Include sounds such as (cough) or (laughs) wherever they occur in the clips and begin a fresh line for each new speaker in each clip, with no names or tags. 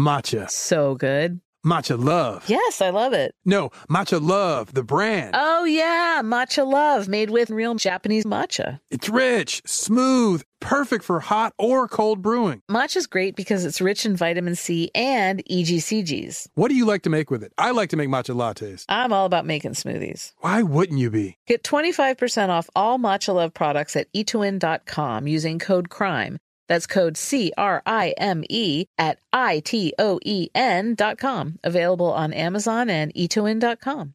Matcha.
So good.
Matcha Love.
Yes, I love it.
No, Matcha Love, the brand.
Oh, yeah. Matcha Love made with real Japanese matcha.
It's rich, smooth, perfect for hot or cold brewing.
Matcha's great because it's rich in vitamin C and E EGCGs.
What do you like to make with it? I like to make matcha lattes.
I'm all about making smoothies.
Why wouldn't you be?
Get 25% off all Matcha Love products at E eatowin.com using code CRIME. That's code C R I M E at I T O E N dot com. Available on Amazon and Etoin dot com.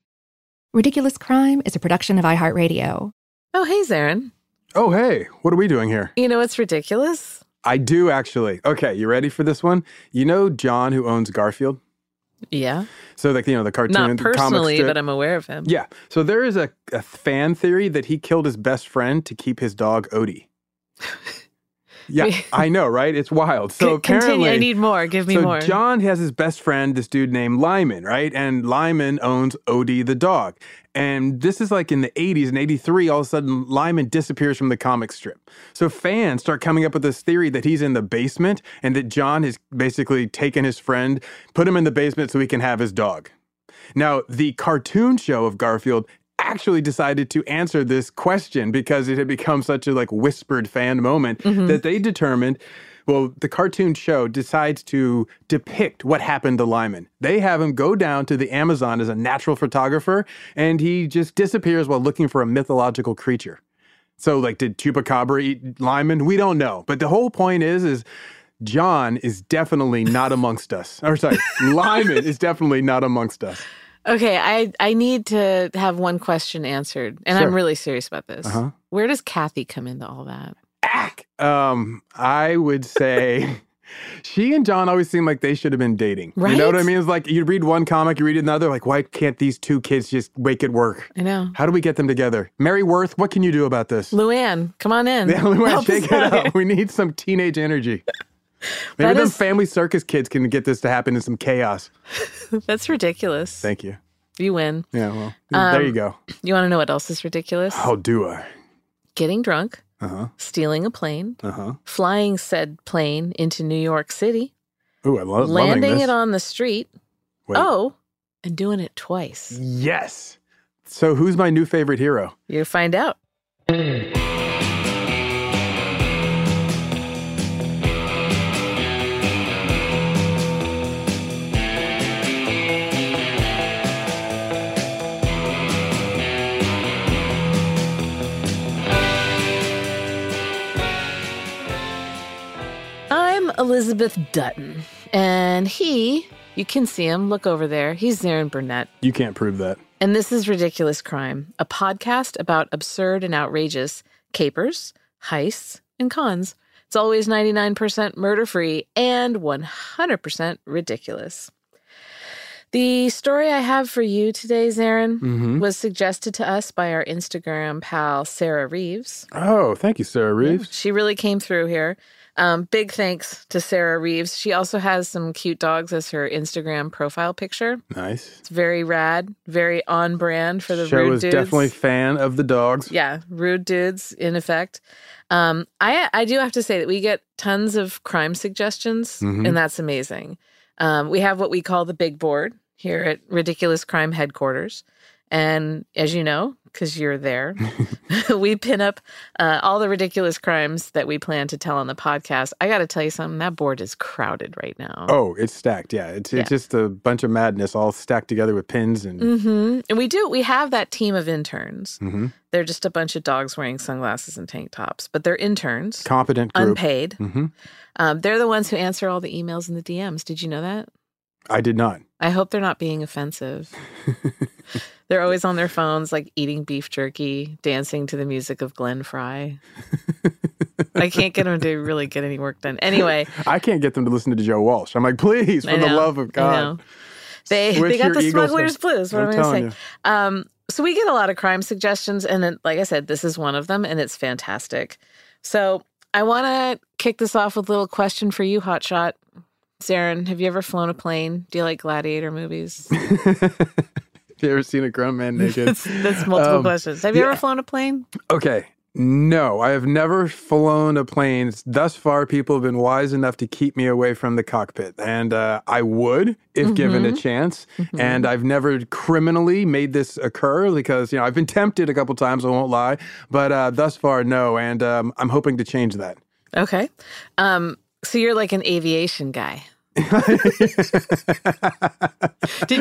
Ridiculous Crime is a production of iHeartRadio.
Oh, hey, Zarin.
Oh, hey, what are we doing here?
You know what's ridiculous?
I do actually. Okay, you ready for this one? You know John who owns Garfield?
Yeah.
So like you know the cartoon
Not
the comic
personally,
strip?
but I'm aware of him.
Yeah. So there is a, a fan theory that he killed his best friend to keep his dog
(laughs)
Odie. Yeah,
We-
I know, right? It's wild.
C-
So apparently,
Continue. I need more. Give me
so
more.
John has his best friend, this dude named Lyman, right? And Lyman owns Odie the dog. And this is like in the 80s and 83, all of a sudden Lyman disappears from the comic strip. So fans start coming up with this theory that he's in the basement and that John has basically taken his friend, put him in the basement so he can have his dog. Now, the cartoon show of Garfield actually decided to answer this question because it had become such a like whispered fan moment that they determined well the cartoon show decides to depict what happened to Lyman. They have him go down to the Amazon as a natural photographer and he just disappears while looking for a mythological creature. So like did Chupacabra eat Lyman? We don't know. But the whole point is is John is definitely not amongst us. Or sorry, (laughs) Lyman is definitely not amongst us.
Okay, I, I need to have one question answered, and
Sure.
I'm really serious about this.
Uh-huh.
Where does Kathy come into all that?
Um, I would say (laughs) she and John always seem like they should have been dating. You know what I
Right?
mean? It's like you read one comic, you read another, like, why can't these two kids just wake at work?
I know.
How do we get them together? Mary Worth, what can you do about this?
Luann, come on in.
(laughs) Yeah, we want
Help
to shake
us
it
out here.
up. We need some teenage energy. Maybe
(laughs) That
them
is-
family circus kids can get this to happen in some chaos.
(laughs) That's ridiculous.
Thank you.
you win.
Yeah, well,
Um,
there you go.
You want to know what else is ridiculous?
How do I?
Getting drunk,
Uh huh.
stealing a plane,
Uh huh.
flying said plane into New York City,
Ooh, I love
landing
Oh, this.
it on the street.
Wait.
Oh, and doing it twice.
Yes. So, who's my new favorite hero?
You'll find out. I'm Elizabeth Dutton, and he, you can see him, look over there. He's Zarin Burnett.
You can't prove that.
And this is Ridiculous Crime, a podcast about absurd and outrageous capers, heists, and cons. It's always 99% murder free and 100% ridiculous. The story I have for you today, Zarin,
Mhm.
was suggested to us by our Instagram pal, Sarah Reeves.
Oh, thank you, Sarah Reeves.
She really came through here. Um, big thanks to Sarah Reeves. She also has some cute dogs as her Instagram profile picture.
Nice.
It's very rad, very on brand for the
Show
rude
is
dudes.
definitely a fan of the dogs.
yeah, rude dudes in effect. Um, I I do have to say that we get tons of crime suggestions,
Mhm.
and that's amazing. Um, we have what we call the big board here at Ridiculous Crime Headquarters, and as you know, because
(laughs)
you're there, (laughs) we pin up uh, all the ridiculous crimes that we plan to tell on the podcast. I got to tell you something. That board is crowded right now.
Oh, it's stacked. Yeah, it's
Yeah.
it's just a bunch of madness all stacked together with pins and.
hmm And we do. We have that team of interns.
Mhm.
They're just a bunch of dogs wearing sunglasses and tank tops, but they're interns.
Competent group.
unpaid.
hmm
Um, they're the ones who answer all the emails and the DMs. Did you know that?
I did not.
I hope they're not being offensive. they're always on their phones, like eating beef jerky, dancing to the music of Glenn Fry. I can't get them to really get any work done. Anyway,
I can't get them to listen to Joe Walsh. I'm like, please, for
I
the
know,
love of
I
God.
know. They
switch
they got
your
the
Eagles
smuggler's
to-
blues. What
I'm
am I going to say?
telling
Um, so we get a lot of crime suggestions, and then, like I said, this is one of them, and it's fantastic. So I want to kick this off with a little question for you, Hotshot. Zarin, have you ever flown a plane? Do you like gladiator movies?
Have you ever seen a grown man naked?
that's, that's
(laughs)
multiple
Um,
questions. Have you ever
yeah.
flown a plane?
Okay. No, I have never flown a plane. Thus far, people have been wise enough to keep me away from the cockpit. And uh, I would if given a chance. And I've never criminally made this occur because, you know, I've been tempted a couple times, I won't lie. But uh, thus far, no. And um, I'm hoping to change that.
Okay. Um, so you're like an
(laughs)
aviation guy. Did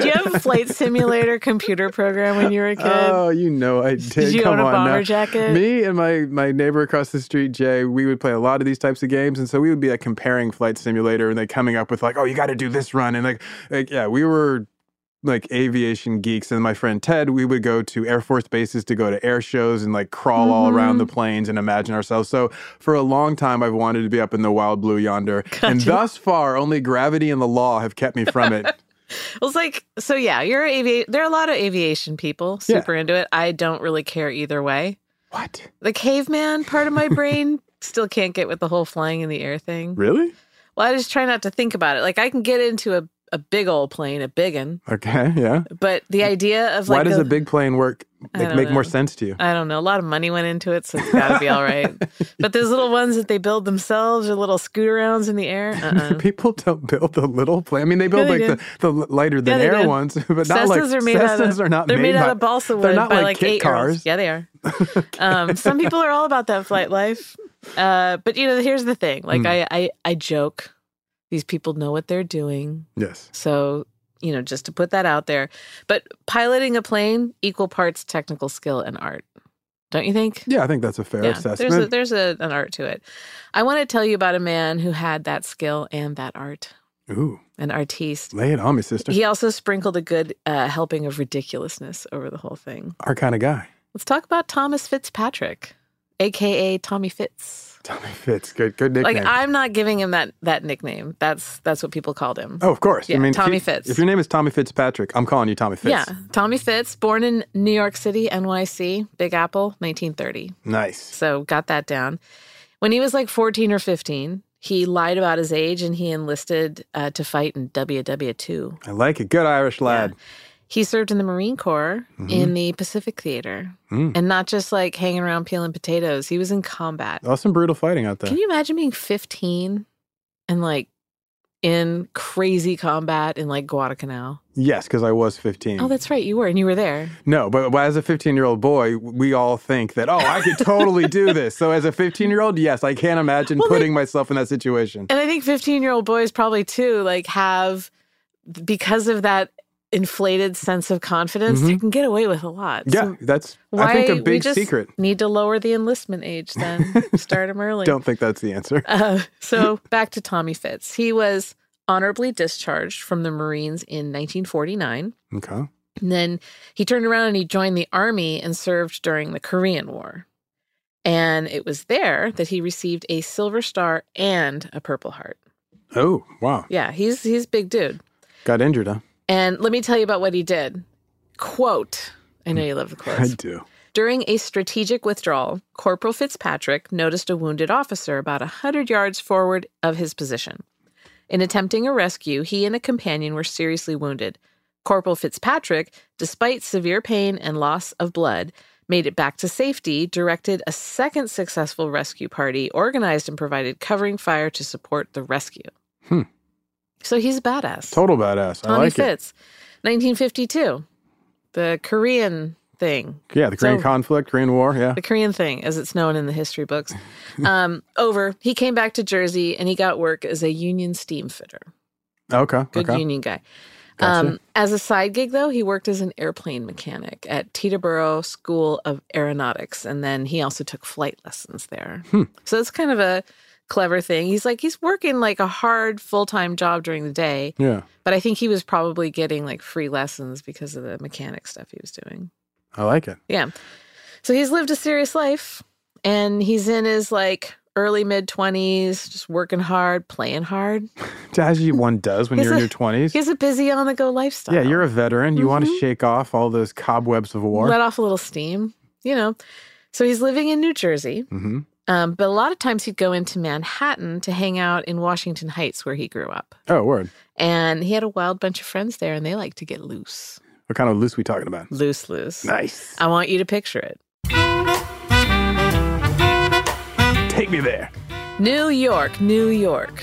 you have a flight simulator computer program when you were a kid?
Oh, you know
(laughs)
I did.
you
Come
own a
on
bomber
now.
jacket?
Me and my my neighbor across the street, Jay, we would play a lot of these types of games, and so we would be like comparing flight simulator, and they coming up with like, oh, you got to do this run, and like, like yeah, we were like aviation geeks and my friend ted we would go to air force bases to go to air shows and like crawl all
Mm-hmm.
around the planes and imagine ourselves so for a long time i've wanted to be up in the wild blue yonder and thus far only gravity and the law have kept me from
(laughs)
it
Well, it's like so. Yeah, you're avi- There are a lot of aviation people
Yeah.
super into it. I don't really care either way.
what
The caveman part
(laughs)
of my brain still can't get with the whole flying in the air thing.
really
Well, I just try not to think about it. Like I can get into a a big old plane, a big one,
okay yeah
but the idea of like
Mm. Why does
the-
a big plane work
I
like,
don't
make more
know.
sense to you?
I don't know. A lot of money went into it, so it's got to be all right.
(laughs)
But those little ones that they build themselves, or little scoot arounds in the air, uh-uh.
(laughs) People don't build the little plane. I mean, they build
they
like the, the lighter than
they
air
did.
ones, (laughs) but not
Cessnas
like
are made out
Cessnas
of
are not
they're made,
by-
out of balsa wood
They're not
by
like,
like,
kit
eight
cars.
Yeah, they
(laughs)
are. um, some people are all about that flight life, uh, but you know, here's the thing. Like
Hmm.
I, I, I joke. These people know what they're doing,
Yes.
so you know, just to put that out there. But piloting a plane, equal parts technical skill and art, don't you think?
Yeah, I think that's a fair assessment.
there's a, there's a, an art to it. I want to tell you about a man who had that skill and that art,
Ooh,
an artiste.
lay it on me, sister.
He also sprinkled a good uh, helping of ridiculousness over the whole thing.
Our kind of guy.
Let's talk about Thomas Fitzpatrick, aka Tommy Fitz.
Tommy Fitz. Good, good nickname.
Like I'm not giving him that that nickname. That's that's what people called him.
oh, of course.
Yeah,
I mean, if
Tommy
you-
Fitz.
If your name is Tommy Fitzpatrick, I'm calling you Tommy Fitz.
Yeah, Tommy Fitz, born in New York City, NYC, Big Apple, 1930.
Nice.
So got that down. When he was like 14 or 15, he lied about his age and he enlisted uh, to fight in WW2.
I like it. Good Irish lad.
He served in the Marine Corps in the Pacific Theater
Mm-hmm. Mm.
and not just like hanging around peeling potatoes. He was in combat.
That was some brutal fighting out there.
Can you imagine being 15 and like in crazy combat in like Guadalcanal?
yes, because I was 15.
Oh, that's right. You were and you were there.
No, but but as a 15 year old boy, we all think that, oh, I could totally
(laughs)
do this. So as a 15 year old, yes, I can't imagine
Well,
putting myself in that situation.
And I think 15 year old boys probably too, like, have because of that inflated sense of confidence, you can get away with a lot.
Mm-hmm. Yeah,
So
that's, I
why
think, a
we
big
just
secret.
Need to lower the enlistment age
(laughs)
then, start them early.
Don't think that's the answer.
Uh, so (laughs) back to Tommy Fitz. He was honorably discharged from the Marines in 1949.
Okay.
And then he turned around and he joined the army and served during the Korean War. And it was there that he received a Silver Star and a Purple Heart.
Oh, wow.
Yeah, he's he's a big dude.
Got injured, huh?
And let me tell you about what he did. Quote, I know you love the
(laughs) I
quotes.
do.
During a strategic withdrawal, Corporal Fitzpatrick noticed a wounded officer about a 100 yards forward of his position. In attempting a rescue, he and a companion were seriously wounded. Corporal Fitzpatrick, despite severe pain and loss of blood, made it back to safety, directed a second successful rescue party, organized and provided covering fire to support the rescue.
Hmm.
So he's a badass.
Total badass. I
Tommy
like it.
Fitz, 1952, the Korean thing,
Yeah, the Korean
So-
conflict, Korean War. Yeah.
the Korean thing, as it's known in the history books. Um, (laughs) over, he came back to Jersey and he got work as a union steam fitter.
Okay.
Good
okay.
union guy.
Gotcha.
Um, as a side gig, though, he worked as an airplane mechanic at Teterboro School of Aeronautics, and then he also took flight lessons there.
Hmm.
So it's kind of a clever thing. He's like he's working like a hard full time job during the day,
Yeah.
but I think he was probably getting like free lessons because of the mechanic stuff he was doing.
I like it.
Yeah. So he's lived a serious life and he's in his like early mid 20s, just working hard, playing hard.
As
(laughs)
you one does when
He's
you're in
a-
your 20s.
He's Mm-hmm. a busy on the go lifestyle.
Yeah, you're a veteran. You want to shake off all those cobwebs of war.
let off a little steam, you know. So he's living in New Jersey,
hmm
um, but a lot of times he'd go into Manhattan to hang out in Washington Heights where he grew up.
Oh, word.
And he had a wild bunch of friends there and they like to get loose.
What kind of loose we talking about?
Loose, loose.
Nice.
I want you to picture it.
Take me there.
New York, New York.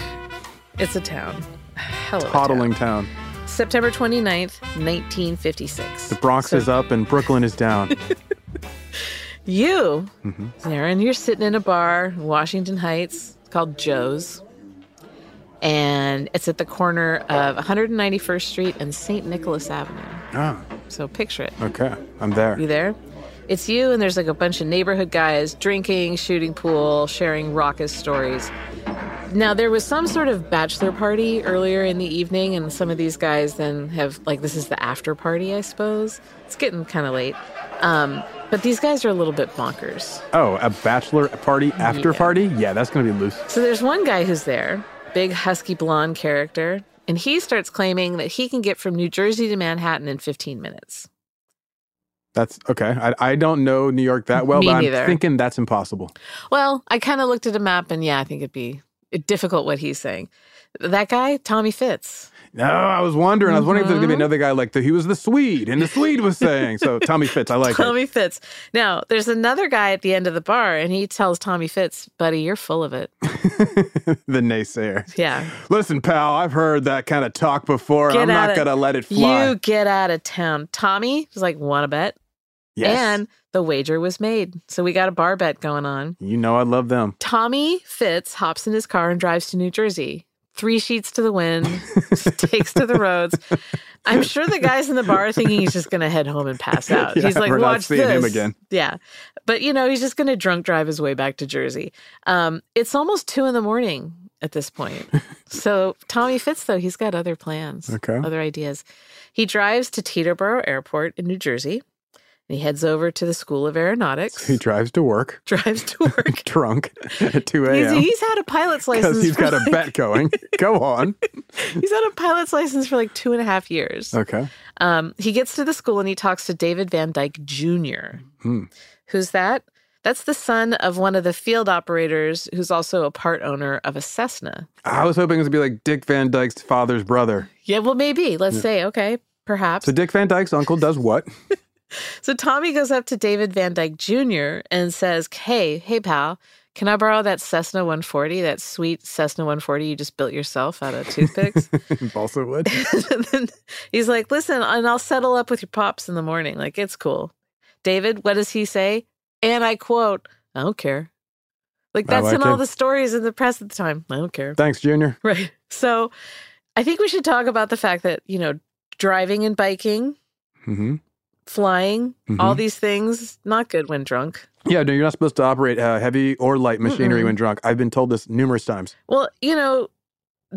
It's a town. Hell of a town.
Toddling town.
September 29th, 1956.
The Bronx is up and Brooklyn is
(laughs)
down.
You, Zarin, you're sitting in a bar in Washington Heights It's called Joe's. And it's at the corner of 191st Street and St. Nicholas Avenue.
oh,
So picture it.
okay. I'm there.
Ah. You there? It's you, and there's like a bunch of neighborhood guys drinking, shooting pool, sharing raucous stories. Now, there was some sort of bachelor party earlier in the evening, and some of these guys then have, like, this is the after party, I suppose. It's getting kind of late. Um, but these guys are a little bit bonkers.
Oh, a bachelor party after party? Yeah, that's going to be loose.
So there's one guy who's there, big husky blonde character, and he starts claiming that he can get from New Jersey to Manhattan in 15 minutes.
That's okay. I, I don't know New York that well,
Me
but I'm
neither.
thinking that's impossible.
Well, I kind of looked at a map and yeah, I think it'd be difficult what he's saying. That guy, Tommy Fitz.
No, I was wondering. I was wondering if there's going
Mm-hmm.
to be another guy like the, he was the Swede, and the Swede was saying.
(laughs)
So Tommy Fitz, I like it.
Tommy Fitz. Now, there's another guy at the end of the bar and he tells Tommy Fitz, buddy, you're full
(laughs)
of it.
the naysayer.
Yeah.
Listen, pal, I've heard that kind of talk before, and
Get
I'm
out
not
of-
going to let it fly.
You get out of town. Tommy was like, want to bet?
yes.
And the wager was made. So we got a bar bet going on.
you know I love them.
Tommy Fitz hops in his car and drives to New Jersey. Three sheets to
(laughs)
the wind, takes to the roads. I'm sure the guys in the bar are thinking he's just going to head home
(laughs)
and pass out.
Yeah,
he's like,
we're not
watch
seeing him
this.
again.
Yeah. But, you know, he's just going to drunk drive his way back to Jersey. Um, it's almost two in the morning at
(laughs)
this point. so, Tommy Fitz, though, he's got other plans,
Okay.
other ideas. He drives to Teterboro Airport in New Jersey and he heads over to the School of Aeronautics,
He drives to work
(laughs)
(laughs)
drives to work.
drunk at 2
He's,
a.m.
he's had
(laughs)
a pilot's license.
Because he's
for
got a
like-
bet (laughs) going. Go on.
(laughs) He's had a pilot's license for like two and a half years.
Okay.
Um, he gets to the school and he talks to David Van Dyke Jr.
Hmm.
Who's that? That's the son of one of the field operators who's also a part owner of a Cessna.
I was hoping it would be like Dick Van Dyke's father's brother.
Yeah, well, maybe. Let's say, okay, perhaps.
So Dick Van Dyke's uncle does what?
So Tommy goes up to David Van Dyke Jr. and says, Hey, hey, pal, can I borrow that Cessna 140, that sweet Cessna 140 you just built yourself out of
(laughs)
toothpicks?
(laughs) Balsa wood.
and then (laughs) he's like, listen, and I'll settle up with your pops in the morning. Like, it's cool. David, what does he say? And I quote, I don't care. Like,
I
that's
like
in all
it.
the stories in the press at the time. I don't care. (laughs)
Thanks, Junior.
Right. So I think we should talk about the fact that, you know, driving and biking,
hmm
flying,
Mm-hmm.
all these things, not good when drunk.
Yeah, no, you're not supposed to operate uh, heavy or light machinery
Mm-mm.
when drunk. I've been told this numerous times.
Well, you know,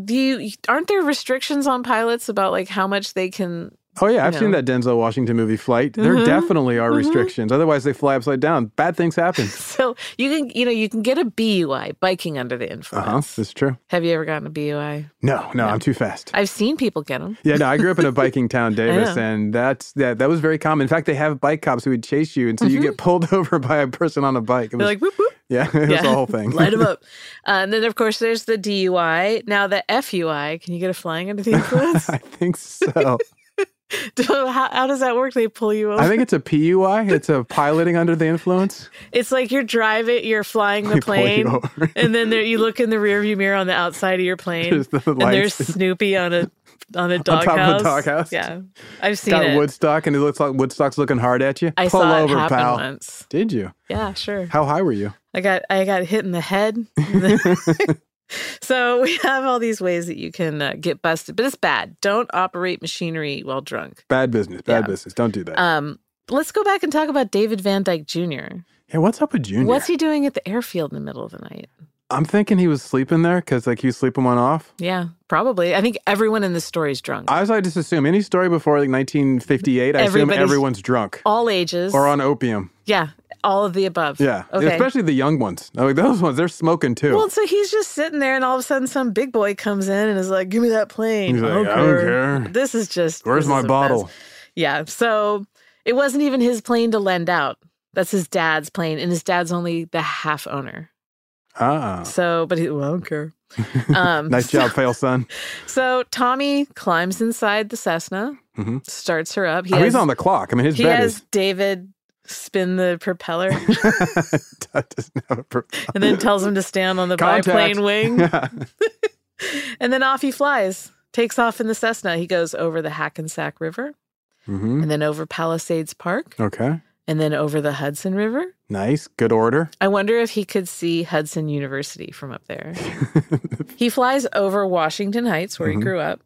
do you, aren't there restrictions on pilots about like how much they can (laughs)
Oh yeah, I've
know.
seen that Denzel Washington movie Flight. There definitely are restrictions. Otherwise, they fly upside down. Bad things happen.
So you can, you know, you can get a BUI, biking under the
Uh huh.
influence.
That's true.
Have you ever gotten a BUI?
No, no, I'm too fast.
I've seen people get them.
Yeah, no, I grew up in
(laughs)
a biking town, Davis,
know.
and that's that. That was very common. In fact, they have bike cops who would chase you, and so you get pulled (laughs) over by a person on a bike. It
Mm-hmm. They're
was-
like, whoop, whoop.
yeah, (laughs) it was the whole thing.
(laughs) Light them up. Uh, and then, of course, there's the DUI. Now, the FUI, can you get a flying under
(laughs)
the influence?
(laughs)
(laughs)
I think so.
how, how does that work? They pull you over.
I think it's a PUI. It's a piloting under the influence.
it's like you're driving, you're flying the
They pull you
plane,
over. (laughs)
and then there, you look in the rearview mirror on the outside of your plane,
There's the
and there's
lights. (laughs)
Snoopy on a on a doghouse.
top of a doghouse.
Yeah, I've seen
Got
it.
Woodstock, and it looks like Woodstock's looking hard at you.
I
Pull
saw
over,
it happen
pal.
once.
Did you?
Yeah, sure.
How high were you?
I got I got hit in
(laughs)
the head. (laughs) so we have all these ways that you can uh, get busted, but it's bad. Don't operate machinery while drunk.
Bad business. Bad
Yeah.
business. Don't do that.
Um, let's go back and talk about David Van Dyke Jr.
yeah, what's up with Junior?
What's he doing at the airfield in the middle of the night?
I'm thinking he was sleeping there because like he was sleeping one off.
Yeah, probably. I think everyone in the story is drunk.
I was like, just assume any story before like 1958. I
Everybody's-
assume everyone's drunk
all ages.
or on opium.
yeah, all of the above.
Yeah,
Okay.
especially the young ones. Like those ones, they're smoking too.
well, so he's just sitting there, and all of a sudden, some big boy comes in and is like, "Give me that plane."
He's like, "I don't care."
This is just.
Where's
this
my
is a
bottle?
mess. Yeah. So it wasn't even his plane to lend out. That's his dad's plane, and his dad's only the half owner.
Ah,
So, but he, well, I
(laughs)
don't care. Um,
nice job, fail son.
So Tommy climbs inside the Cessna,
Mhm.
starts her up. (laughs) He
Oh,
has,
he's on the clock. I mean, his
he
bed
has David spin the
(laughs)
propeller
is. (laughs) That doesn't have a per-
and then tells him to stand on the
Contact.
biplane wing.
Yeah.
(laughs) and then off he flies, takes off in the Cessna. He goes over the Hackensack River
hmm
and then over Palisades Park
Okay.
and then over the Hudson River.
Nice. Good order.
I wonder if he could see Hudson University from up there. (laughs) he flies over Washington Heights, where he grew up,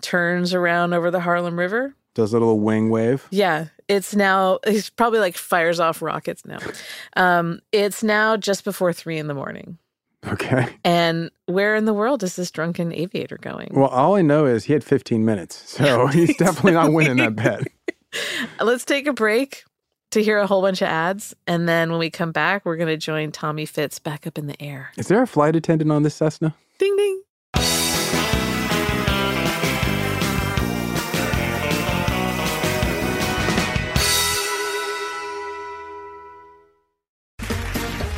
turns around over the Harlem River.
Does a little wing wave.
Yeah, it's now, he's probably like fires off rockets now. Um, it's now just before three in the morning.
Okay.
And where in the world is this drunken aviator going?
Well, all I know is he had 15 minutes,
(laughs)
so he's definitely not winning that bet.
Let's take a break to hear a whole bunch of ads. And then when we come back, we're going to join Tommy Fitz back up in the air.
Is there a flight attendant on this Cessna?
Ding, ding.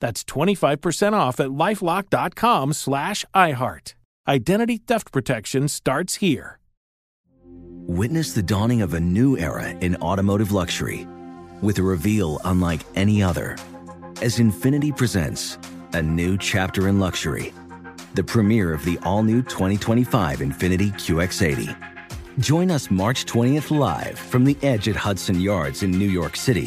That's 25% off at lifelock.com slash iHeart. Identity theft protection starts here.
Witness the dawning of a new era in automotive luxury with a reveal unlike any other as Infinity presents a new chapter in luxury, the premiere of the all new 2025 Infinity QX80. Join us March 20th live from the edge at Hudson Yards in New York City,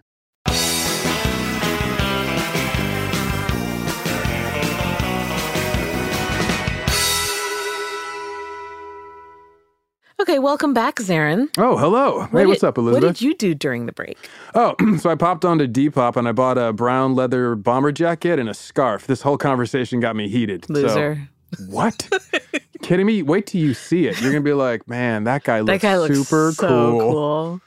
Okay, welcome back, Zarin.
Oh, hello. Hey,
What
what's
did-
up, Elizabeth?
What did you do during the break?
Oh, (clears throat) so I popped onto Depop and I bought a brown leather bomber jacket and a scarf. This whole conversation got me heated. So-
Loser. (laughs)
what? Kidding me? Wait till you see it. You're gonna be like, man, that guy
that
looks
guy looks
super
so
cool.
cool.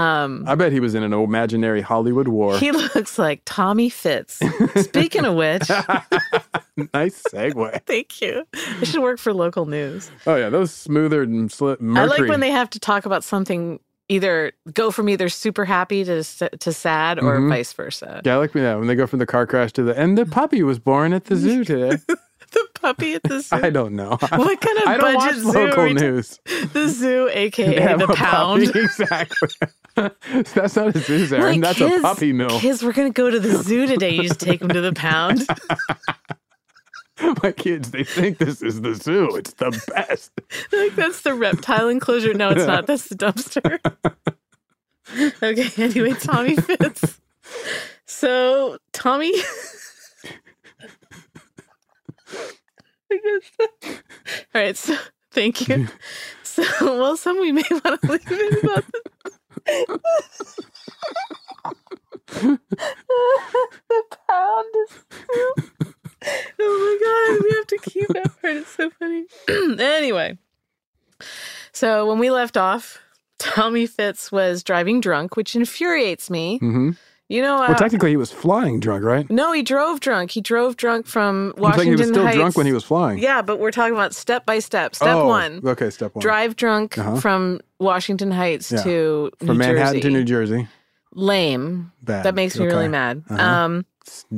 Um,
I bet he was in an imaginary Hollywood war.
He (laughs) looks like Tommy Fitz. Speaking
(laughs)
of
(laughs)
which, (laughs)
nice segue.
thank you. I should work for local news.
Oh yeah, those smoother and sli- mercury.
I like when they have to talk about something, either go from either super happy to s- to sad or
Mhm.
vice versa.
Yeah, I like me that when they go from the car crash to the and the puppy was born at
(laughs)
the zoo today.
The puppy
(laughs)
at the zoo.
I don't know.
(laughs) What kind of
(laughs) I don't watch
budget zoo are
local
we ta- (laughs)
news.
the zoo,
They
aka
have
the
a puppy.
pound.
(laughs) Exactly. That's not a zoo, Aaron.
Like,
That's
kids-
a puppy mill.
Kids, we're gonna go to the zoo today. You just take them to the pound.
(laughs) My kids, they think this is the zoo. It's
(laughs)
the best.
like that's the reptile enclosure. No, it's not. That's the dumpster. (laughs) okay. Anyway, Tommy Fitz. So Tommy. (laughs) I guess. All right. So
(laughs)
thank you. So well, some we may want to leave it about the, (laughs)
(laughs)
the pound. Is (laughs) oh my god, we have to keep that part. It's so funny. (clears throat) anyway, so when we left off, Tommy Fitz was driving drunk, which infuriates me.
Mm-hmm.
You know, uh,
Well, technically, he was flying drunk, right?
no, he drove drunk. He drove drunk from
I'm
Washington
saying he was still
Heights.
drunk when he was flying.
Yeah, but we're talking about step by step. Step
Oh,
one:
Okay, step one.
drive drunk
Uh-huh.
from Washington Heights
Yeah.
to
from
New
Manhattan
Jersey.
to New Jersey.
Lame.
Bad.
That makes me really
Okay.
mad.
Uh-huh.
Um,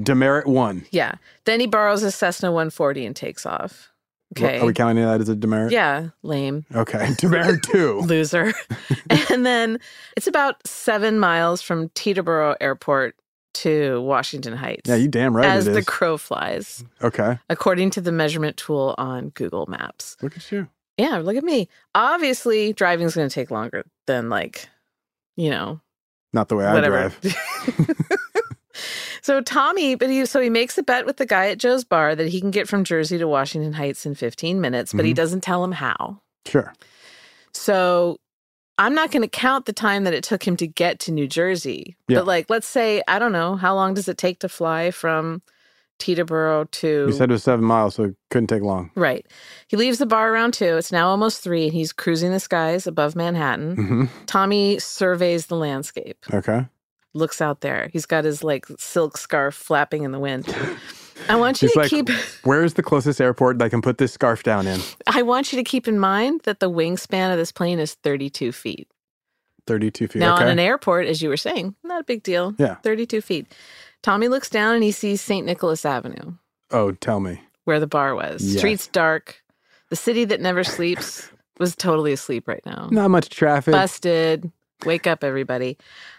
Demerit one.
yeah. Then he borrows a Cessna 140 and takes off. Okay.
Are we counting that as a demerit?
Yeah, lame.
Okay. (laughs) Demerit
(laughs)
two. (laughs)
Loser. and then it's about seven miles from Teterboro Airport to Washington Heights.
yeah, you damn right
as
it
the
is.
crow flies,
okay.
according to the measurement tool on Google Maps.
Look at you.
Yeah, look at me. Obviously, driving's going to take longer than, like, you know,
Not the way I
whatever.
drive.
(laughs)
(laughs)
so Tommy, but he so he makes a bet with the guy at Joe's bar that he can get from Jersey to Washington Heights in 15 minutes, but he
Mhm.
doesn't tell him how.
Sure.
So I'm not going to count the time that it took him to get to New Jersey.
Yeah.
But like let's say I don't know, how long does it take to fly from Teterboro to
You said it was seven miles, so it couldn't take long.
Right. He leaves the bar around 2. It's now almost 3 and he's cruising the skies above Manhattan.
hmm
Tommy surveys the landscape.
Okay.
looks out there. He's got his like silk scarf flapping in the wind. I want you
He's
to
like, (laughs)
keep (laughs)
where's the closest airport that I can put this scarf down in?
I want you to keep in mind that the wingspan of this plane is 32 feet.
32 feet.
Now
okay.
on an airport as you were saying, not a big deal.
Yeah.
32 feet. Tommy looks down and he sees St. Nicholas Avenue
oh, tell me.
where the bar was.
Yes.
Streets dark.
(laughs)
The city that never sleeps was totally asleep right now.
Not much traffic.
Busted. Wake up, everybody.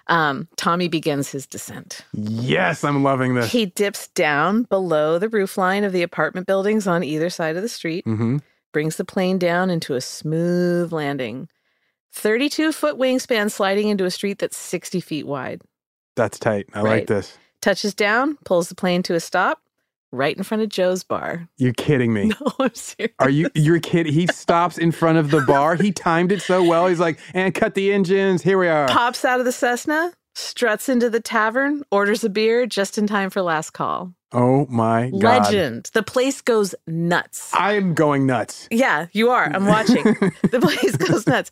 Um, Tommy begins his descent.
Yes, I'm loving this.
He dips down below the roofline of the apartment buildings on either side of the street,
mm-hmm.
brings the plane down into a smooth landing. 32 foot wingspan sliding into a street that's 60 feet wide.
That's tight. I
Right.
like this.
Touches down, pulls the plane to a stop right in front of Joe's bar. (laughs)
You're kidding me.
No, I'm serious.
Are you you're kidding? He stops in front of the bar. He timed it so well. He's like, and cut the engines. Here we are.
Pops out of the Cessna, struts into the tavern, orders a beer just in time for last call.
Oh my god.
Legend. The place goes nuts.
I'm going nuts.
Yeah, you are. I'm
(laughs)
watching. the place goes nuts.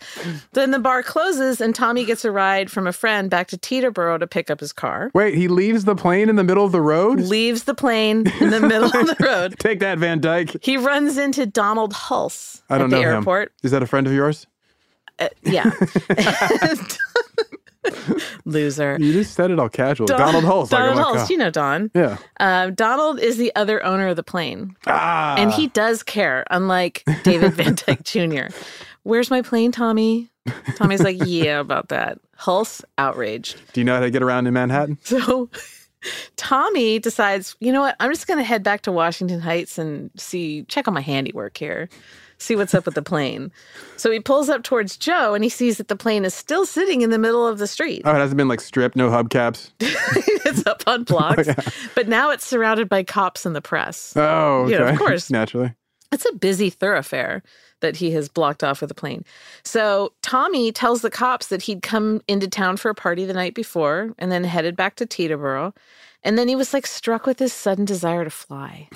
Then the bar closes, and Tommy gets a ride from a friend back to Teterboro to pick up his car.
Wait, he leaves the plane in the middle of the road?
Leaves the plane in the middle of the road.
Take that, Van Dyke.
He runs into Donald Hulse
I don't
at the
know him.
airport.
Is that a friend of yours?
Uh,
(laughs)
yeah. (laughs) Loser.
You just said it all casual.
Don-
Donald Hulse. like, I'm
Donald
like,
Hulse.
oh.
You know Don.
Yeah.
Um, Donald is the other owner of the plane,
Ah.
and he does care, unlike David Van Dyke Jr. Where's my plane, Tommy? Tommy's like, yeah, about that. Hulse outraged. (laughs)
Do you know how to get around in Manhattan?
So Tommy decides, you know what? I'm just going to head back to Washington Heights and see, check on my handiwork here, see what's up with the plane. So he pulls up towards Joe and he sees that the plane is still sitting in the middle of the street. (laughs)
Oh, it hasn't been like stripped, no hubcaps.
it's up on blocks, but now it's surrounded by cops and the press.
Oh, okay.
Yeah, of course.
(laughs) Naturally.
It's a busy thoroughfare that he has blocked off with a plane. So Tommy tells the cops that he'd come into town for a party the night before and then headed back to Teterboro. And then he was like struck with this sudden desire to fly.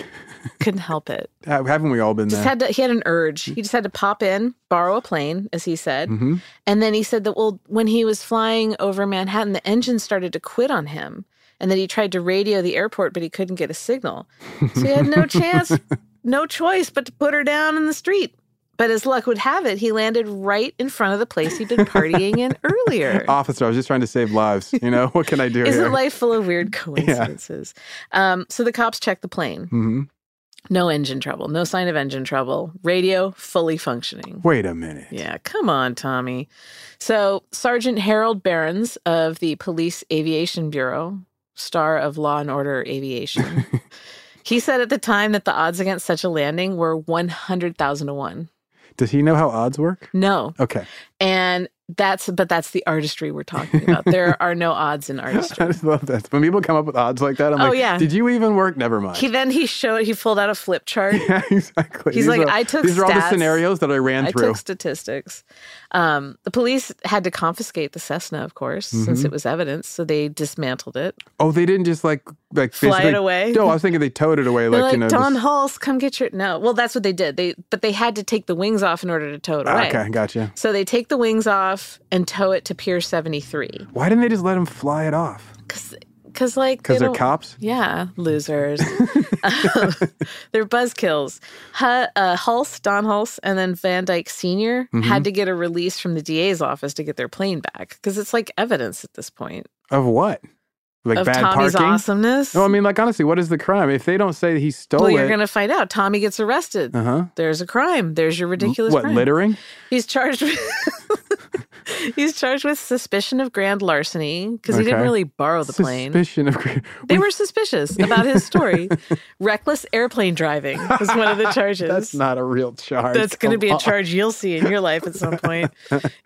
Couldn't help it.
Ha- Haven't we all been
Just
there?
had to, he had an urge. He just had to pop in, borrow a plane, as he said. And then he said that, well, when he was flying over Manhattan, the engine started to quit on him. And that he tried to radio the airport, but he couldn't get a signal. So he had no chance, no choice but to put her down in the street. But as luck would have it, he landed right in front of the place he'd been partying in earlier.
Officer, I was just trying to save lives. You know, what can I
(laughs)
do here?
Isn't life full
(laughs)
of weird coincidences? Um, so the cops check the plane.
hmm
No engine trouble, no sign of engine trouble. Radio fully functioning.
Wait a minute.
Yeah, come on, Tommy. So, Sergeant Harold Behrens of the Police Aviation Bureau, star of Law and Order
(laughs)
Aviation, he said at the time that the odds against such a landing were 100,000 to 1.
Does he know how odds work?
No.
Okay. (laughs)
And that's, but that's the artistry we're talking about. there
(laughs)
are no odds in
I
artistry.
just love that. When people come up with odds like that, I'm
Oh,
like,
yeah.
did you even work? Never mind. (laughs)
He then he showed, he pulled out a flip chart.
yeah, exactly.
He's
These
like,
are-
"I took
These are all the
stats.
scenarios that I ran
I
through.
took statistics. Um, the police had to confiscate the Cessna, of course, since
Mhm.
it was evidence. So they dismantled it.
oh, they didn't just like like
Fly it
basically-
away?
No, I was thinking they towed it away.
They're
Like,
like,
you know,
Don
just-
Hulse, come get your no. Well, that's what they did. They but they had to take the wings off in order to tow it away.
Ah, okay, gotcha.
So they take the wings off and tow it to Pier seventy three.
Why didn't they just let him fly it off?
Cause, cause like
Because
they
they are
don't-
cops.
Yeah,
(laughs)
losers. (laughs) They're buzzkills. Huh, uh, Hulse, Don Hulse, and then Van Dyke senior
Mm-hmm.
had to get a release from the DA's office to get their plane back because it's like evidence at this point
Of what? Like
of
bad
Tommy's
parking.
awesomeness.
No, I mean, like honestly, what is the crime? If they don't say he stole
well,
it,
you're gonna find out. Tommy gets arrested.
uh huh.
There's a crime. There's your ridiculous.
Mm-hmm. What
crime.
littering?
He's charged with (laughs) He's charged with suspicion of grand larceny because he didn't
Okay.
really borrow the plane.
Suspicion of. cre-
They were suspicious about his
(laughs)
story. Reckless airplane driving is one of the charges.
That's Oh, not a real charge.
That's going to be a
Come on.
charge you'll see in your life at some
(laughs)
point.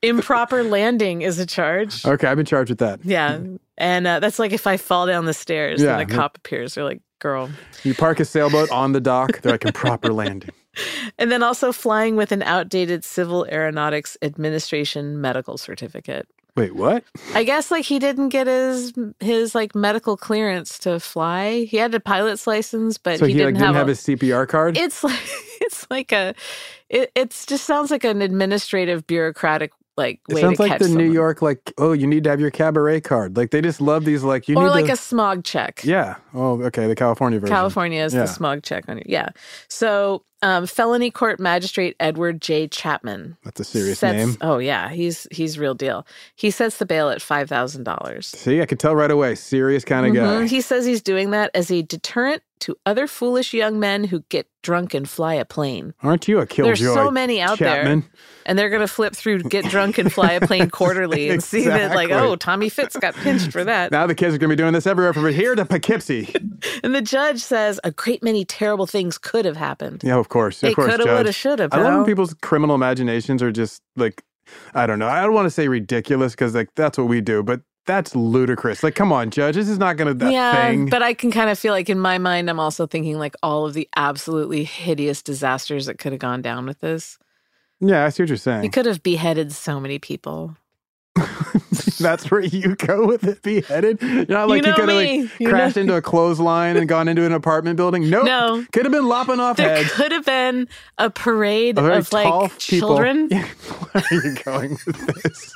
Improper landing is a charge.
Okay, I've been charged with that.
Yeah. And uh, that's like if I fall down the stairs
Yeah.
and the cop appears. They're like, girl.
You park a sailboat on the dock. They're like improper landing.
And then also flying with an outdated Civil Aeronautics Administration medical certificate.
Wait, what?
(laughs) I guess like he didn't get his his like medical clearance to fly. He had a pilot's license, but
so
he,
he,
didn't
like didn't
have,
have
a,
his CPR card.
It's like (laughs) it's like a it it's just sounds like an administrative bureaucratic like
It
way
sounds
to
like
catch
the New
someone.
York, like, oh, you need to have your cabaret card. Like, they just love these, like, you
or
need
like
to.
a smog check.
yeah. Oh, okay. The California version.
California is
Yeah.
the smog check on you. Yeah. So Um, felony court magistrate Edward J. Chapman.
That's a serious
sets-
name.
Oh yeah, he's he's real deal. He sets the bail at five thousand dollars.
See, I could tell right away. Serious kind of guy.
Mhm. He says he's doing that as a deterrent to other foolish young men who get drunk and fly a plane.
Aren't you a killjoy?
There's so many out
Chapman?
there, and they're going to flip through "Get Drunk and Fly a Plane" quarterly and see that, like,
Exactly.
oh, Tommy Fitz got pinched for that.
Now the kids are going to be doing this everywhere from here to
(laughs)
Poughkeepsie.
And the judge says a great many terrible things could have happened.
Yeah, of course. Of
It
course,
coulda,
Judge.
woulda, shoulda,
I love when
pal.
people's criminal imaginations are just like, I don't know. I don't want to say ridiculous because like that's what we do, but that's ludicrous. Like, come on, Judge. This is not going to that
yeah,
thing.
but I can kind of feel like in my mind, I'm also thinking like all of the absolutely hideous disasters that could have gone down with this.
yeah, I see what you're saying.
You could have beheaded so many people.
(laughs) that's where you go with it beheaded. You're not like you,
know
could have
me.
like
You know-
crashed into a clothesline and gone into an apartment building. Nope.
No.
Could have been lopping off
There
heads.
could have been a parade
A very
of
tall
like
people.
children
(laughs) Yeah, Where are you going with
(laughs)
this?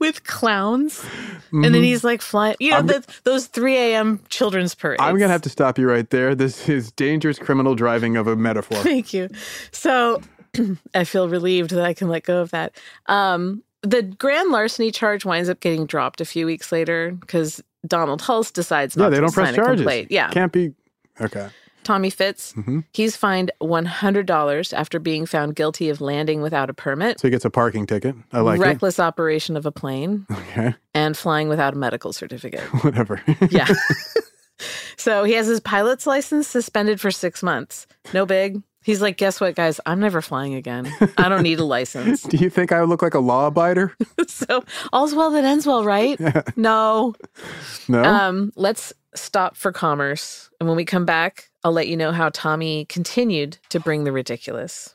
with clowns, and then
Mhm.
he's like flying. You know,
I'm-
the, those 3 a.m. children's parades.
I'm gonna have to stop you right there. This is dangerous criminal driving of a
(laughs)
metaphor.
Thank you. So (clears throat) I feel relieved that I can let go of that. Um, the grand larceny charge winds up getting dropped a few weeks later because Donald Hulse decides not
yeah, they
to
don't
sign
press
a
charges.
complaint. Yeah.
can't Mm-hmm. be. Okay,
Tommy Fitz, he's fined $100 after being found guilty of landing without a permit,
so he gets a parking ticket. I like
reckless operation of a plane,
it. Okay,
and flying without a medical certificate.
(laughs) whatever. (laughs)
Yeah. so he has his pilot's license suspended for six months. No big. He's like, guess what, guys? I'm never flying again. I don't need a
(laughs)
license. (laughs)
Do you think I look like a law abider?
so all's well that ends well, right? No.
No.
Um, let's stop for commerce. And when we come back, I'll let you know how Tommy continued to bring the ridiculous.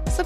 So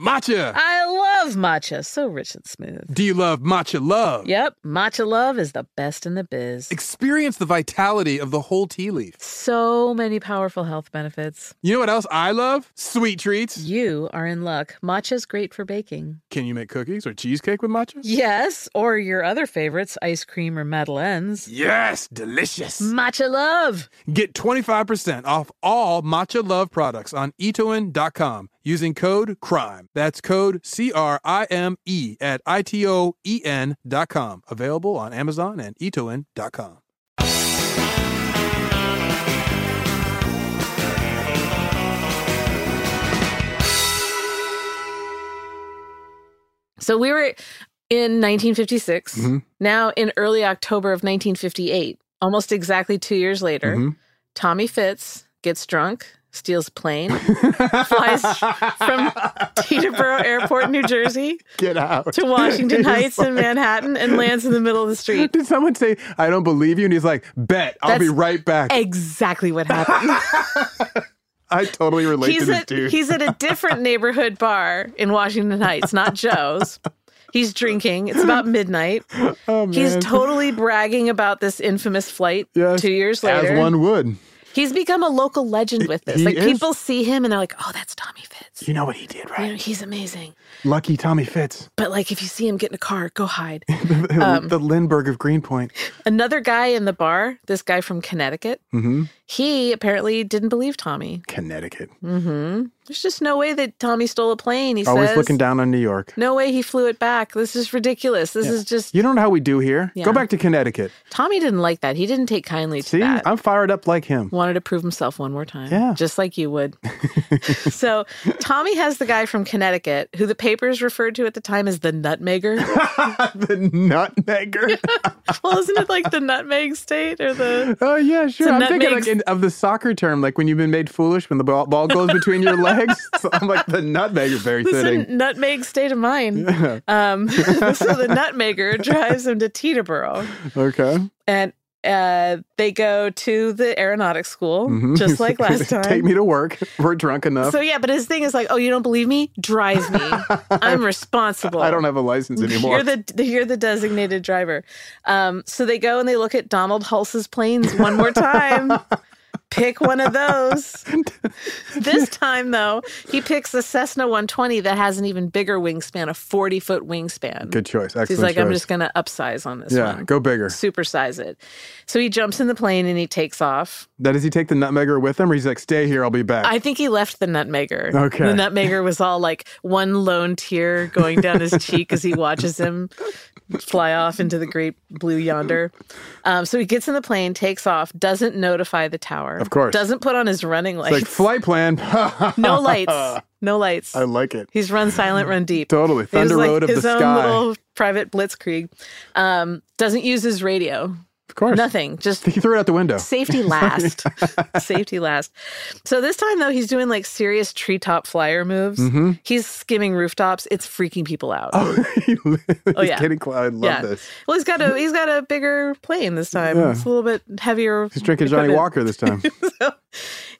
Matcha.
I love matcha, so rich and smooth.
Do you Uh. love matcha love?
Yep, matcha love is the best in the biz.
Experience the vitality of the whole tea leaf.
So many powerful health benefits.
You know what else I love? Sweet treats.
You are in luck. Matcha's great for baking.
Can you make cookies or cheesecake with matcha?
Yes, or your other favorites, ice cream or madeleines.
Yes, delicious.
Matcha love.
Mm. Get 25% off all Matcha Love products on E itoin.com using code CRIME. That's code C R I M E at I T O E N dot com. Available on Amazon and E itoin.com.
So we were in 1956,
Mhm.
now in early October of 1958, almost exactly two years later.
Mhm.
Tommy Fitz gets drunk, steals a
(laughs)
plane, flies from Teterboro Airport, New Jersey,
Get out.
to
(laughs)
Washington
He's
Heights in
like-
Manhattan, and lands in the middle of the street.
Did someone say, I don't believe you? And he's like, bet, I'll be
That's
right back.
Exactly what happened.
I totally relate to
he's
this
at
dude. (laughs)
he's at a different neighborhood bar in Washington Heights, not Joe's. He's drinking. It's about midnight. He's
Oh, man.
totally bragging about this infamous flight
Yes,
two years
as
later.
one would.
He's become a local legend with this.
He
like
is.
people see him and they're like, "Oh, that's Tommy Fitz.
You know what he did,
You
right?
know, he's amazing."
Lucky Tommy Fitz,
But like, if you see him get in a car,
(laughs)
go hide. (laughs) Um,
the Lindbergh of Greenpoint.
Another guy in the bar, this guy from Connecticut,
hmm
he apparently didn't believe Tommy.
Connecticut.
hmm There's just no way that Tommy stole a plane. He
Always
says,
looking down on New York.
No way he flew it back. This is ridiculous. This is just
You don't know how we do here.
Yeah.
Go back to Connecticut.
Tommy didn't like that. He didn't take kindly to
See,
that.
I'm fired up like
(laughs)
him.
Wanted to prove himself one more time.
Yeah.
Just like
(laughs)
you would. so Tommy has the guy from Connecticut who the papers referred to at the time as
(laughs)
the nutmegger. (laughs)
the nutmegger.
well, isn't it like the nutmeg state or the
(laughs) Oh yeah, sure.
So
I'm thinking like
nutmegs-
in, of the soccer term, like when you've been made foolish when the ball, ball goes between
(laughs)
your legs. (laughs) So I'm like the nutmeg is very
this is
fitting.
a nutmeg state of mind. Um, (laughs)
(laughs)
so the nutmegger drives him to Teterboro.
Okay,
and uh, they go to the aeronautics school
Mhm. (laughs)
just like last time.
Take me to work. (laughs) We're drunk enough.
so yeah, but his thing is like, oh, you don't believe me? Drive me.
(laughs)
I'm responsible.
I don't have a license anymore.
You're the you're the designated driver. Um, so they go and they look at Donald Hulse's planes one
(laughs)
more time. Pick one of those. this time though, he picks a Cessna 120 that has an even bigger wingspan, a 40 foot wingspan.
Good choice. Excellent
So he's like, I'm
choice.
just gonna upsize on this
yeah,
one.
go bigger.
Supersize it. So he jumps in the plane and he takes off.
Now, does he take the nutmegger with him, or he's like, "Stay here, I'll be back"?
I think he left the nutmegger.
Okay.
The nutmegger was all like one lone tear going down his cheek as he watches him fly off into the great blue yonder. Um, so he gets in the plane, takes off, doesn't notify the tower.
Of course.
Doesn't put on his running
It's
(laughs)
like
lights.
flight plan. (laughs)
no lights. No lights.
I like it.
He's run silent, run deep.
Totally.
It was
Thunder
like
Road of
his
the
own
sky.
little private blitzkrieg. Um, doesn't use his radio.
of course.
Nothing. Just
He threw it out the window.
Safety last. Safety last. So this time though, he's doing like serious treetop flyer moves.
Mm-hmm.
He's skimming rooftops. It's freaking people out.
(laughs) He- he's
Oh, yeah.
kidding. Cla- I love Oh, this.
Well, he's got a he's got a bigger plane this time.
Yeah.
It's a little bit heavier.
He's drinking Johnny
equipment.
Walker this
(laughs)
time.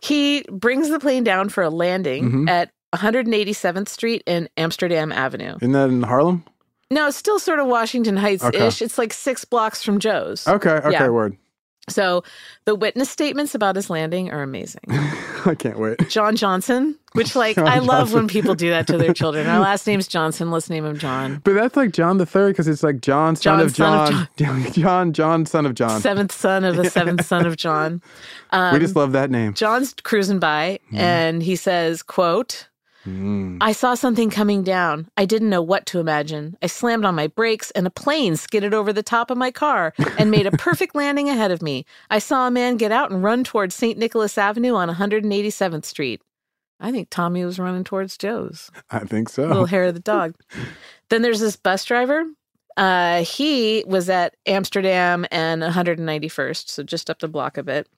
He brings the plane down for a landing
Mhm.
at 187th Street and Amsterdam Avenue.
Isn't that in Harlem?
No, it's still sort of Washington Heights ish.
Okay.
It's like six blocks from Joe's.
Okay. Okay.
Yeah.
Word. (laughs)
So the witness statements about his landing are amazing.
I can't wait.
John Johnson, which like
John
I love when
Johnson.
people do that
(laughs)
to their children. Our last name's Johnson. Let's name him John.
But that's like John the Third because it's like John, son,
John,
of,
son
John. (laughs)
of
John. John, son of John.
Seventh son of the seventh son of John. Um,
we just love that name.
John's cruising by
Mm-hmm.
and he says, quote,
Mm.
I saw something coming down. I didn't know what to imagine. I slammed on my brakes and a plane skidded over the top of my car
(laughs)
and made a perfect landing ahead of me. I saw a man get out and run towards St. Nicholas Avenue on 187th Street. I think Tommy was running towards Joe's.
I think
little
so.
hair of the dog. then there's this bus driver. Uh, he was at Amsterdam and 191st, so just up the block a bit.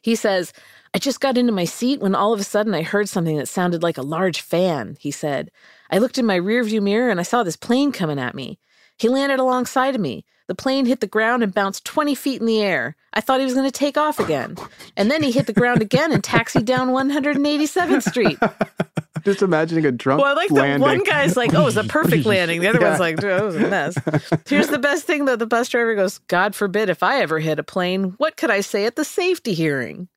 He says, I just got into my seat when all of a sudden I heard something that sounded like a large fan, he said. I looked in my rearview mirror and I saw this plane coming at me. He landed alongside of me. The plane hit the ground and bounced 20 feet in the air. I thought he was going to take off again. And then he hit the ground again and taxied down 187th Street.
(laughs) just imagining a drunk.
Well, I like
Oh, landing.
the one guy's like, "Oh, it was a perfect landing." The other
Yeah.
one's like, "Dude, "That was a mess." Here's the best thing though: the bus driver goes, "God forbid if I ever hit a plane, what could I say at the safety hearing?"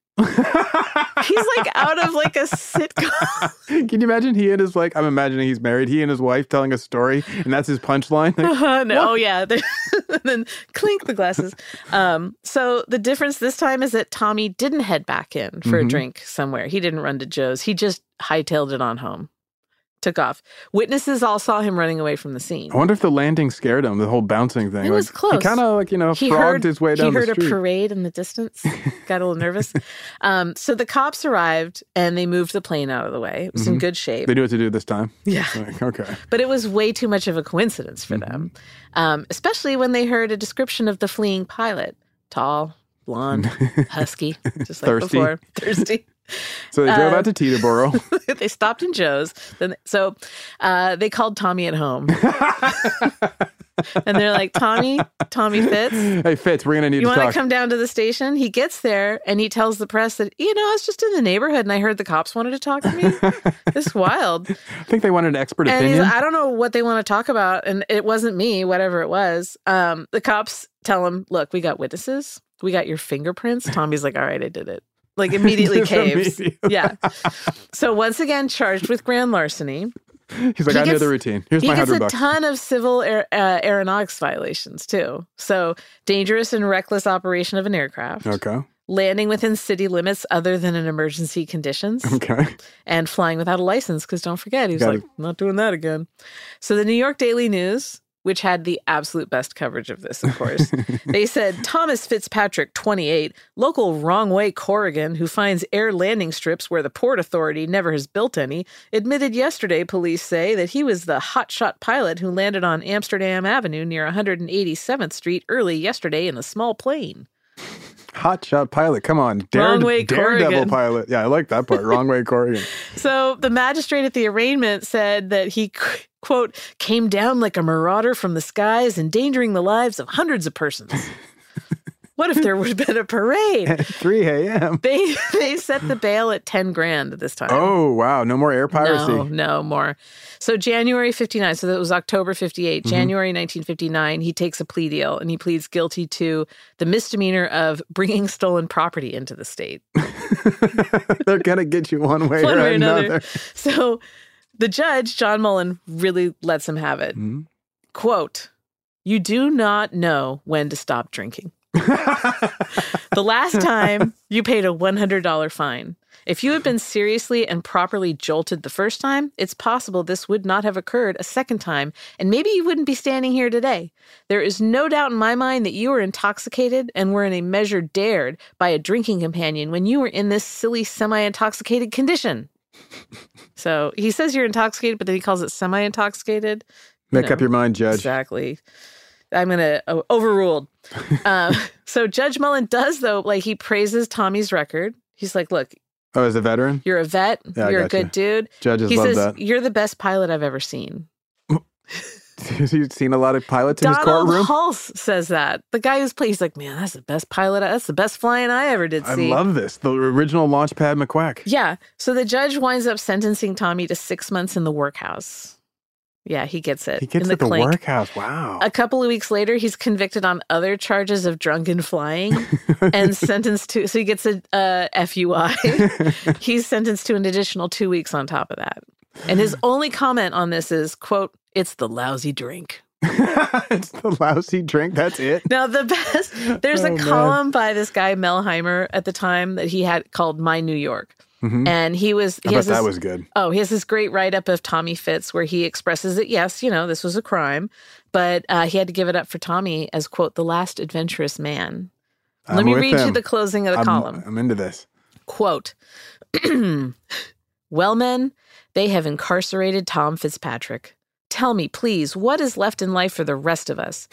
He's like out of like a
(laughs)
sitcom. (laughs)
Can you imagine he and his like? I'm imagining he's married. He and his wife telling a story, and that's his
(laughs)
punchline. Like,
Uh-huh, no, oh yeah. (laughs) and then clink the glasses. Um, so the difference this time is that Tommy didn't head back in for a
Mhm.
drink somewhere. He didn't run to Joe's. He just hightailed it on home. Took off. Witnesses all saw him running away from the scene.
I wonder if the landing scared him. The whole bouncing thing.
It
Like,
was close.
He kind of like you know
He
frogged his way down
He heard
the street.
a parade in
(laughs)
the distance. Got a little nervous. Um, so the cops arrived and they moved the plane out of the way. It was in
Mhm.
good shape.
They knew what to do this time.
Yeah.
Like, okay.
But it was way too much of a coincidence for them,
Mm-hmm.
um, especially when they heard a description of the fleeing pilot tall,
(laughs)
blonde, husky, just like
Thirsty.
before, thirsty. (laughs)
So they drove
Uh,
out to Teterboro. (laughs)
(laughs) they stopped in Joe's. Then so uh, they called Tommy at
(laughs)
home, and they're like, "Tommy, Tommy Fitz."
hey Fitz, we're gonna need
You
to
want to
talk.
come down to the station? He gets there and he tells the press that, you know, I was just in the neighborhood and I heard the cops wanted to talk
(laughs)
to me. this is wild.
I think they wanted an expert
and he's
opinion.
like, I don't know what they want to talk about. And it wasn't me, whatever it was. Um, the cops tell him, look, we got witnesses. We got your fingerprints. Tommy's like, all right, I did it. Like
(laughs)
immediately
Just
caves.
immediately.
Yeah. So once again, charged with grand larceny.
he's like,
um, he
I know
gets-
the routine. Here's
he
my
gets
hundred
a
bucks.
ton of civil aer- uh, aeronautics violations too. So dangerous and reckless operation of an aircraft
okay. (laughs)
landing within city limits other than in emergency conditions
Okay.
and flying without a license because don't forget he was
Got
like not doing that again so the new york daily news which had the absolute best coverage of this
(laughs)
of course they said thomas fitzpatrick 28 local wrong way corrigan who finds air landing strips where the port authority never has built any admitted yesterday police say that he was the hotshot pilot who landed on amsterdam avenue near 187th street early yesterday in a small plane
Hot shot pilot. Come on. Dare,
Wrong way
daredevil
Corrigan.
pilot. Yeah, I like that part. Wrong way
(laughs)
Corrigan.
So the magistrate at the arraignment said that he, qu- quote, came down like a marauder from the skies, endangering the lives of hundreds
(laughs)
of persons. what if there would have been a parade?
3 a.m.
They they set the bail at 10 grand this time.
Oh, wow. No more air piracy.
No, no more. So January 59, so that was October 58,
Mm-hmm.
January 1959, he takes a plea deal and he pleads guilty to the misdemeanor of bringing stolen property into the state.
(laughs) They're going to get you one way
(laughs) one
or
way or
another.
another. So the judge, John Mullen, really lets him have it.
Mhm.
Quote, you do not know when to stop drinking. the last time you paid a $100 fine. If you had been seriously and properly jolted the first time, it's possible this would not have occurred a second time, and maybe you wouldn't be standing here today. There is no doubt in my mind that you were intoxicated and were in a measure dared by a drinking companion when you were in this silly semi intoxicated condition. So he says you're intoxicated, but then he calls it semi intoxicated.
Make up your mind, Judge.
Exactly. I'm going to oh,
(laughs)
overruled. um, so Judge Mullen does, though, like he praises Tommy's record. He's like, look,
Oh, as a veteran? (laughs)
you're a vet.
Yeah, I
you're a
gotcha.
good dude.
Judges
he
love
says,
that.
You're the best pilot I've ever seen.
You've seen a lot of pilots in his
Donald
courtroom.
Hulse says that. The guy who's played, he's like, man, that's the best pilot. I- That's the best flying I ever did
I
see.
love this. The original Launchpad McQuack.
Yeah. So the judge winds up sentencing Tommy to six months in the workhouse. Yeah, he gets it.
He gets
in the
at the
clink.
workhouse. Wow.
A couple of weeks later, he's convicted on other charges of drunken flying and sentenced to, so he gets a uh, FUI. he's sentenced to an additional two weeks on top of that. And his only comment on this is, quote, it's the lousy drink.
(laughs) it's the lousy drink. That's it.
(laughs) Now the best there's
Oh,
a
man.
column by this guy Melheimer at the time that he had called My New York.
Mhm.
And he was
I
he
bet
has
that
this-
was good.
Oh, he has this great write up of Tommy Fitz where he expresses that yes, you know, this was a crime, but uh, he had to give it up for Tommy as quote the last adventurous man.
I'm
Let me
with
read you
him.
the closing of the
I'm,
column.
I'm into this. (laughs)
Quote Well, men, they have incarcerated Tom Fitzpatrick. Tell me, please, what is left in life for the rest of us?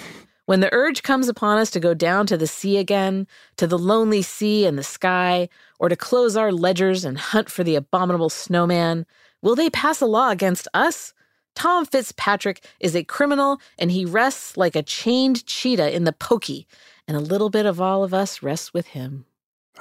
When the urge comes upon us to go down to the sea again, to the lonely sea and the sky, or to close our ledgers and hunt for the abominable snowman, will they pass a law against us? Tom Fitzpatrick is a criminal and he rests like a chained cheetah in the pokey, and a little bit of all of us rests with him.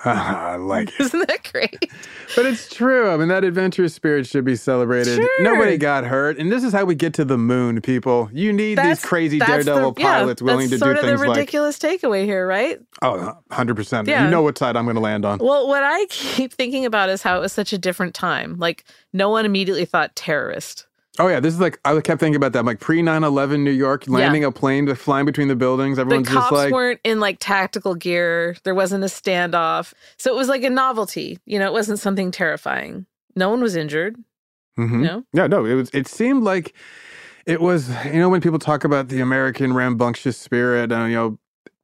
(laughs)
I like it.
Isn't that great?
But it's true. I mean, that adventurous spirit should be celebrated.
Sure.
Nobody got hurt. And this is how we get to the moon, people. You need
That's-
these crazy
that's the-
daredevil
yeah,
pilots willing
that's
to do
sort
things
of the ridiculous takeaway here, right?
like, oh, 100%.
Yeah.
You know what side I'm going to land on.
Well, what I keep thinking about is how it was such a different time. Like, no one immediately thought terrorist.
Oh, yeah. This is like, I kept thinking about that. like pre 9 11 New York, landing a plane, flying between the buildings.
The
Everyone's
cops
just like,
weren't in like tactical gear. There wasn't a standoff. So it was like a novelty. You know, it wasn't something terrifying. No one was injured.
Mhm.
No?
Yeah, no. It was. It seemed like it was. You know, when people talk about the American rambunctious spirit, uh, you know,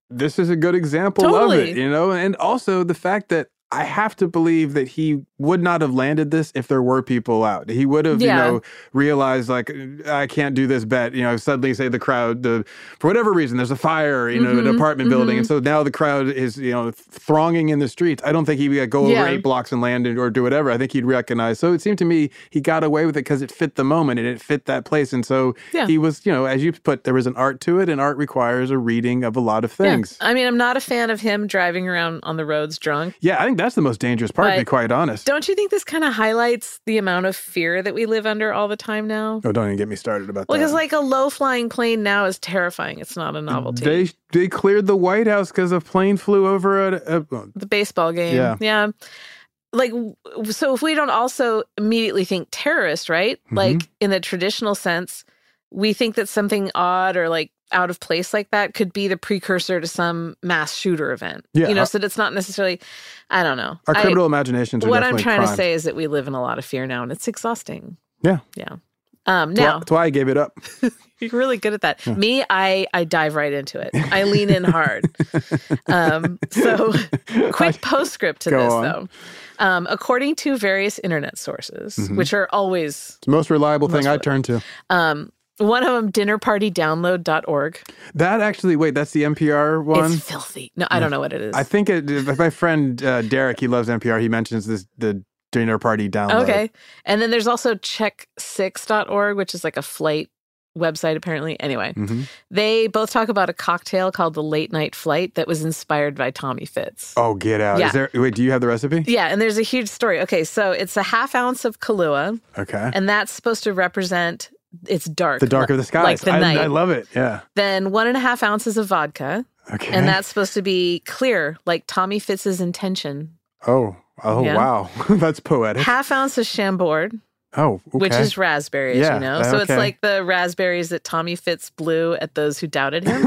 this is a good example of it.
Totally.
You know, and also the fact that I have to believe that he would not have landed this if there were people out. He would have,
Yeah.
you know, realized like I can't do this bet. You know, suddenly say the crowd, the for whatever reason, there's a fire. You know, in
Mhm,
an apartment building, and
mhm.
so now the crowd is you know thronging in the streets. I don't think he would go
Yeah.
over eight blocks and land and- or do whatever. I think he'd recognize. So it seemed to me he got away with it because it fit the moment and it fit that place. And so
Yeah.
he was, you know, as you put, there was an art to it, and art requires a reading of a lot of things.
Yeah. I mean, I'm not a fan of him driving around on the roads drunk.
Yeah, I think that's the most dangerous part, to be
But
quite honest.
Don't you think this kind of highlights the amount of fear that we live under all the time now?
oh, don't even get me started about
Well,
that.
because like a low flying plane now is terrifying. It's not a novelty.
They they cleared the White House because a plane flew over uh, a, a
the baseball game.
Yeah.
Like, w- so if we don't also immediately think terrorist, right?
Mm-hmm.
Like, in the traditional sense, we think that something odd or like out of place like that could be the precursor to some mass shooter event.
Yeah,
You know,
our-
so that's not necessarily, I don't know.
our
I-
criminal imaginations. Are
what I'm
definitely
trying to
primed.
say is that we live in a lot of fear now and it's exhausting.
Yeah.
Yeah. Um,
That's why-
now,
that's why I gave it up.
you're really good at that. Me, I I dive right into it. I lean in hard.
(laughs)
um, so, quick postscript to
Go
this
on.
though. Um, according to various internet sources,
Mhm.
which are always
It's the most reliable thing I turn to.
um, one of them, dinnerpartydownload.org.
That actually, wait, that's the NPR one.
It's filthy. No, I don't know what it is.
I think it, my friend uh, Derek, he loves NPR. He mentions this the dinner party download.
okay. And then there's also check6.org, which is like a flight website apparently. Anyway,
Mhm.
they both talk about a cocktail called the Late Night Flight that was inspired by Tommy Fitz.
Oh, get out!
Yeah.
Is there? Wait, do you have the recipe?
Yeah, and there's a huge story. Okay, so it's a half ounce of Kahlua,
Okay.
and that's supposed to represent it's dark.
the dark of the skies.
Like the
I,
night.
I love it. Yeah.
Then one and a half ounces of vodka,
Okay.
and that's supposed to be clear, like Tommy Fitz's intention.
oh oh
Yeah.
wow, (laughs) that's poetic.
Half ounce of Chambord,
oh, okay.
which is raspberries,
Yeah,
you know? So it's
okay.
like the raspberries that Tommy Fitz blew at those who
(laughs)
doubted him.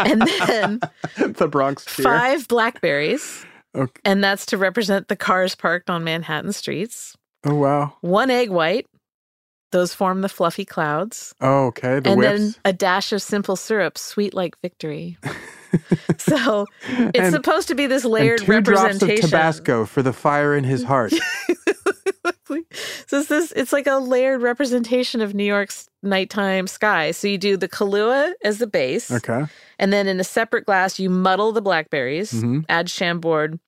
and then
the Bronx cheer.
five blackberries,
Okay.
and that's to represent the cars parked on Manhattan streets.
Oh wow.
one egg white. Those form the fluffy clouds.
Oh, okay. The
and
whips.
then a dash of simple syrup, sweet like
(laughs)
victory. so it's
And-
supposed to be this
And
layered
two drops
representation.
of Tabasco for the fire in his heart.
(laughs) so it's this it's like a layered representation of New York's nighttime sky. So you do the Kahlua as the base.
okay.
And then in a separate glass, you muddle the blackberries,
Mhm.
add Chambord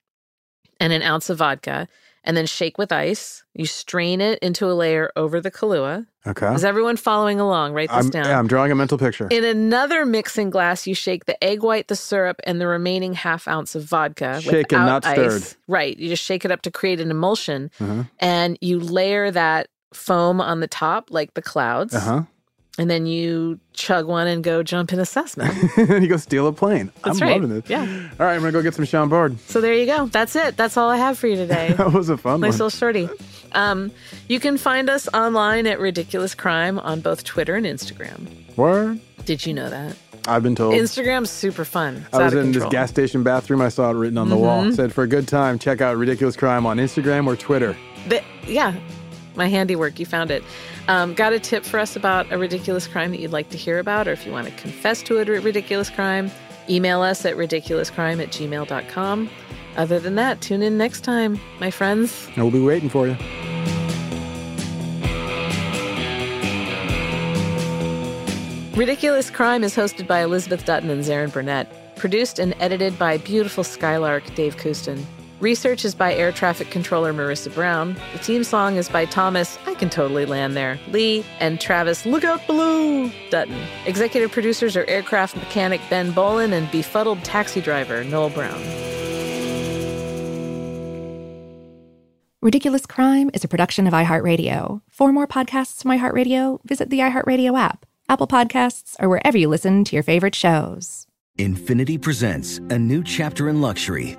and an ounce of vodka, and then shake with ice. You strain it into a layer over the Kahlua.
Okay.
Is everyone following along? Write this
Oh. I'm,
down.
yeah, I'm drawing a mental picture.
In another mixing glass, you shake the egg white, the syrup, and the remaining half ounce of vodka.
Shaken, not
without
stirred.
ice. Right. You just shake it up to create an emulsion,
Uh-huh.
and you layer that foam on the top, like the clouds.
Uh
And then you chug one and go jump in
(laughs)
a Cessna.
huh. you go steal a plane.
That's
I'm
right.
loving this.
Yeah.
All right, I'm gonna go get some Chambord.
so there you go. That's it. That's all I have for you today.
(laughs) That was a fun (laughs)
Nice
one.
little shorty. Um, you can find us online at Ridiculous Crime on both Twitter and Instagram.
Word.
Did you know that?
I've been told.
Instagram's super fun. It's
Oh. I was
out of
in this
control. Mm-hmm.
gas station bathroom. I saw it written on the wall. It said, "For a good time, check out Ridiculous Crime on Instagram or Twitter."
The, yeah, my handiwork. You found it. Um, got a tip for us about a ridiculous crime that you'd like to hear about, or if you want to confess to a ridiculous crime, email us at ridiculouscrime at gmail.com. Other than that, tune in next time, my friends.
And we'll be waiting for you.
Ridiculous Crime is hosted by Elizabeth Dutton and Zarin Burnett, produced and edited by beautiful Skylark Dave Kustin. Research is by air traffic controller Marissa Brown. The theme song is by Thomas, I can totally land there, Lee, and Travis, look out below, Dutton. Executive producers are aircraft mechanic Ben Bolin and befuddled taxi driver Noel Brown.
Ridiculous Crime is a production of iHeartRadio. For more podcasts from iHeartRadio, visit the iHeartRadio app, Apple Podcasts, or wherever you listen to your favorite shows.
Infinity presents a new chapter in luxury,